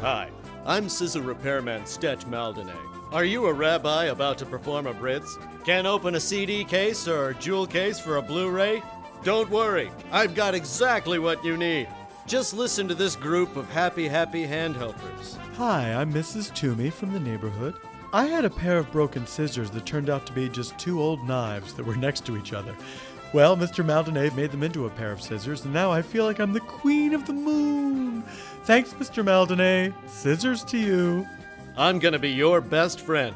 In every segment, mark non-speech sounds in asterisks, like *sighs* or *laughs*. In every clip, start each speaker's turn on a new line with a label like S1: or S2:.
S1: Hi, I'm scissor repairman Stetch Maldonay. Are you a rabbi about to perform a britz? Can't open a CD case or jewel case for a Blu ray? Don't worry, I've got exactly what you need. Just listen to this group of happy, happy hand helpers.
S2: Hi, I'm Mrs. Toomey from the neighborhood. I had a pair of broken scissors that turned out to be just two old knives that were next to each other. Well, Mr. Maldonave made them into a pair of scissors, and now I feel like I'm the queen of the moon. Thanks, Mr. Maldonave. Scissors to you.
S1: I'm gonna be your best friend.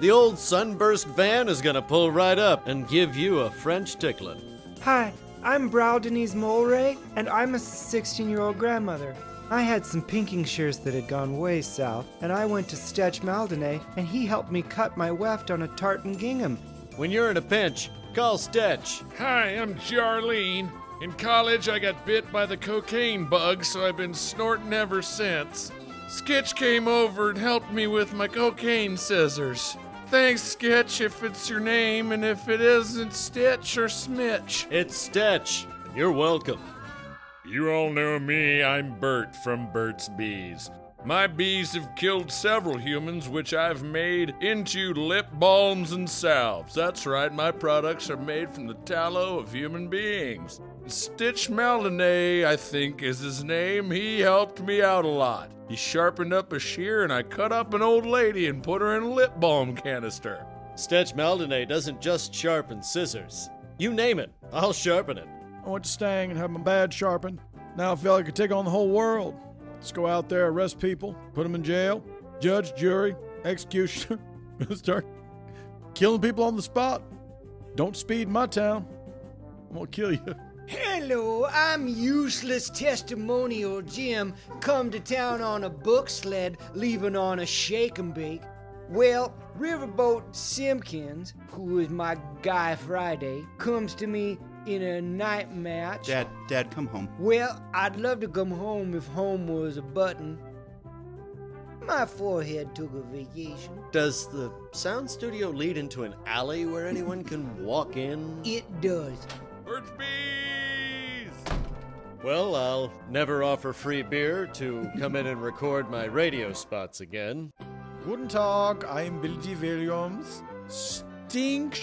S1: The old sunburst van is gonna pull right up and give you a French tickling.
S3: Hi, I'm Brow Denise Mulray, and I'm a 16 year old grandmother. I had some pinking shears that had gone way south, and I went to Stetch Maldonay, and he helped me cut my weft on a tartan gingham.
S1: When you're in a pinch, call Stetch.
S4: Hi, I'm Jarlene. In college, I got bit by the cocaine bug, so I've been snorting ever since. Sketch came over and helped me with my cocaine scissors. Thanks, Sketch, if it's your name, and if it isn't Stitch or Smitch.
S1: It's Stetch, and you're welcome.
S4: You all know me, I'm Bert from Bert's Bees. My bees have killed several humans, which I've made into lip balms and salves. That's right, my products are made from the tallow of human beings. Stitch Maldonay, I think, is his name. He helped me out a lot. He sharpened up a shear, and I cut up an old lady and put her in a lip balm canister.
S1: Stetch Maldonay doesn't just sharpen scissors. You name it, I'll sharpen it.
S5: I went to Stang and had my badge sharpened. Now I feel like I could take on the whole world. Let's go out there, arrest people, put them in jail, judge, jury, executioner, *laughs* start killing people on the spot. Don't speed in my town. I'm gonna kill you.
S3: Hello, I'm useless testimonial Jim, come to town on a book sled, leaving on a shake and bake. Well, Riverboat Simpkins, who is my guy Friday, comes to me in a night match.
S6: Dad, Dad, come home.
S3: Well, I'd love to come home if home was a button. My forehead took a vacation.
S1: Does the sound studio lead into an alley where anyone can walk in?
S3: It does.
S4: Bert's Bees!
S1: Well, I'll never offer free beer to come in and record my radio spots again.
S5: Guten Tag, I'm Billy G. Williams. Stink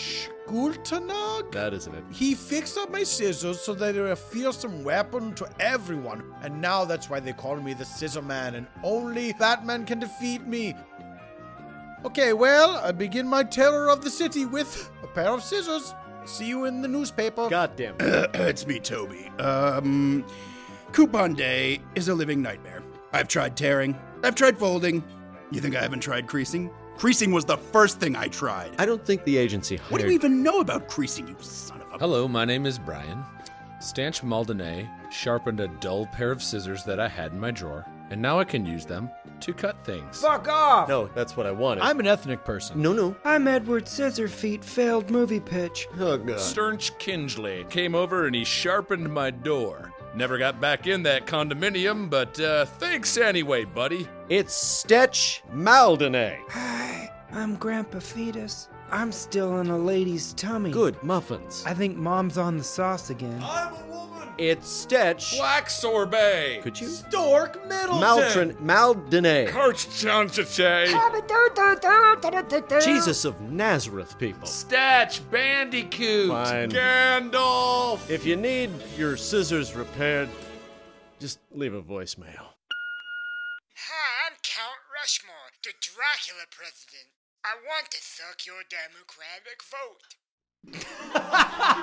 S5: Guten Tag.
S1: That isn't it.
S5: He fixed up my scissors so that they were a fearsome weapon to everyone, and now that's why they call me the Scissor Man, and only Batman can defeat me. Okay, well, I begin my terror of the city with a pair of scissors. See you in the newspaper.
S1: Goddamn.
S6: it's me, Toby. Um, coupon day is a living nightmare. I've tried tearing. I've tried folding. You think I haven't tried creasing? Creasing was the first thing I tried.
S1: I don't think the agency hired.
S6: What do you even know about creasing, you son of a?
S7: Hello, my name is Brian. Stanch Maldonay sharpened a dull pair of scissors that I had in my drawer, and now I can use them to cut things.
S3: Fuck off!
S1: No, that's what I wanted.
S2: I'm an ethnic person.
S1: no, no.
S3: I'm Edward Scissorfeet, failed movie pitch.
S1: Oh god.
S4: Sternch Kingley came over and he sharpened my door. Never got back in that condominium, but uh, thanks anyway, buddy.
S1: It's Stetch Maldonay.
S3: Hi, I'm Grandpa Fetus. I'm still in a lady's tummy.
S1: *sighs* Good muffins.
S3: I think Mom's on the sauce again.
S4: I'm a woman!
S1: It's Stetch.
S4: Black sorbet!
S1: Could you?
S5: Dork Middleton.
S1: Maltrin Maldonay.
S4: Coach Johnson say.
S1: Jesus of Nazareth, people.
S4: Statch, Bandicoot,
S1: Fine.
S4: Gandalf.
S1: If you need your scissors repaired, just leave a voicemail.
S8: Hi, I'm Count Rushmore, the Dracula president. I want to suck your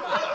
S8: Democratic vote.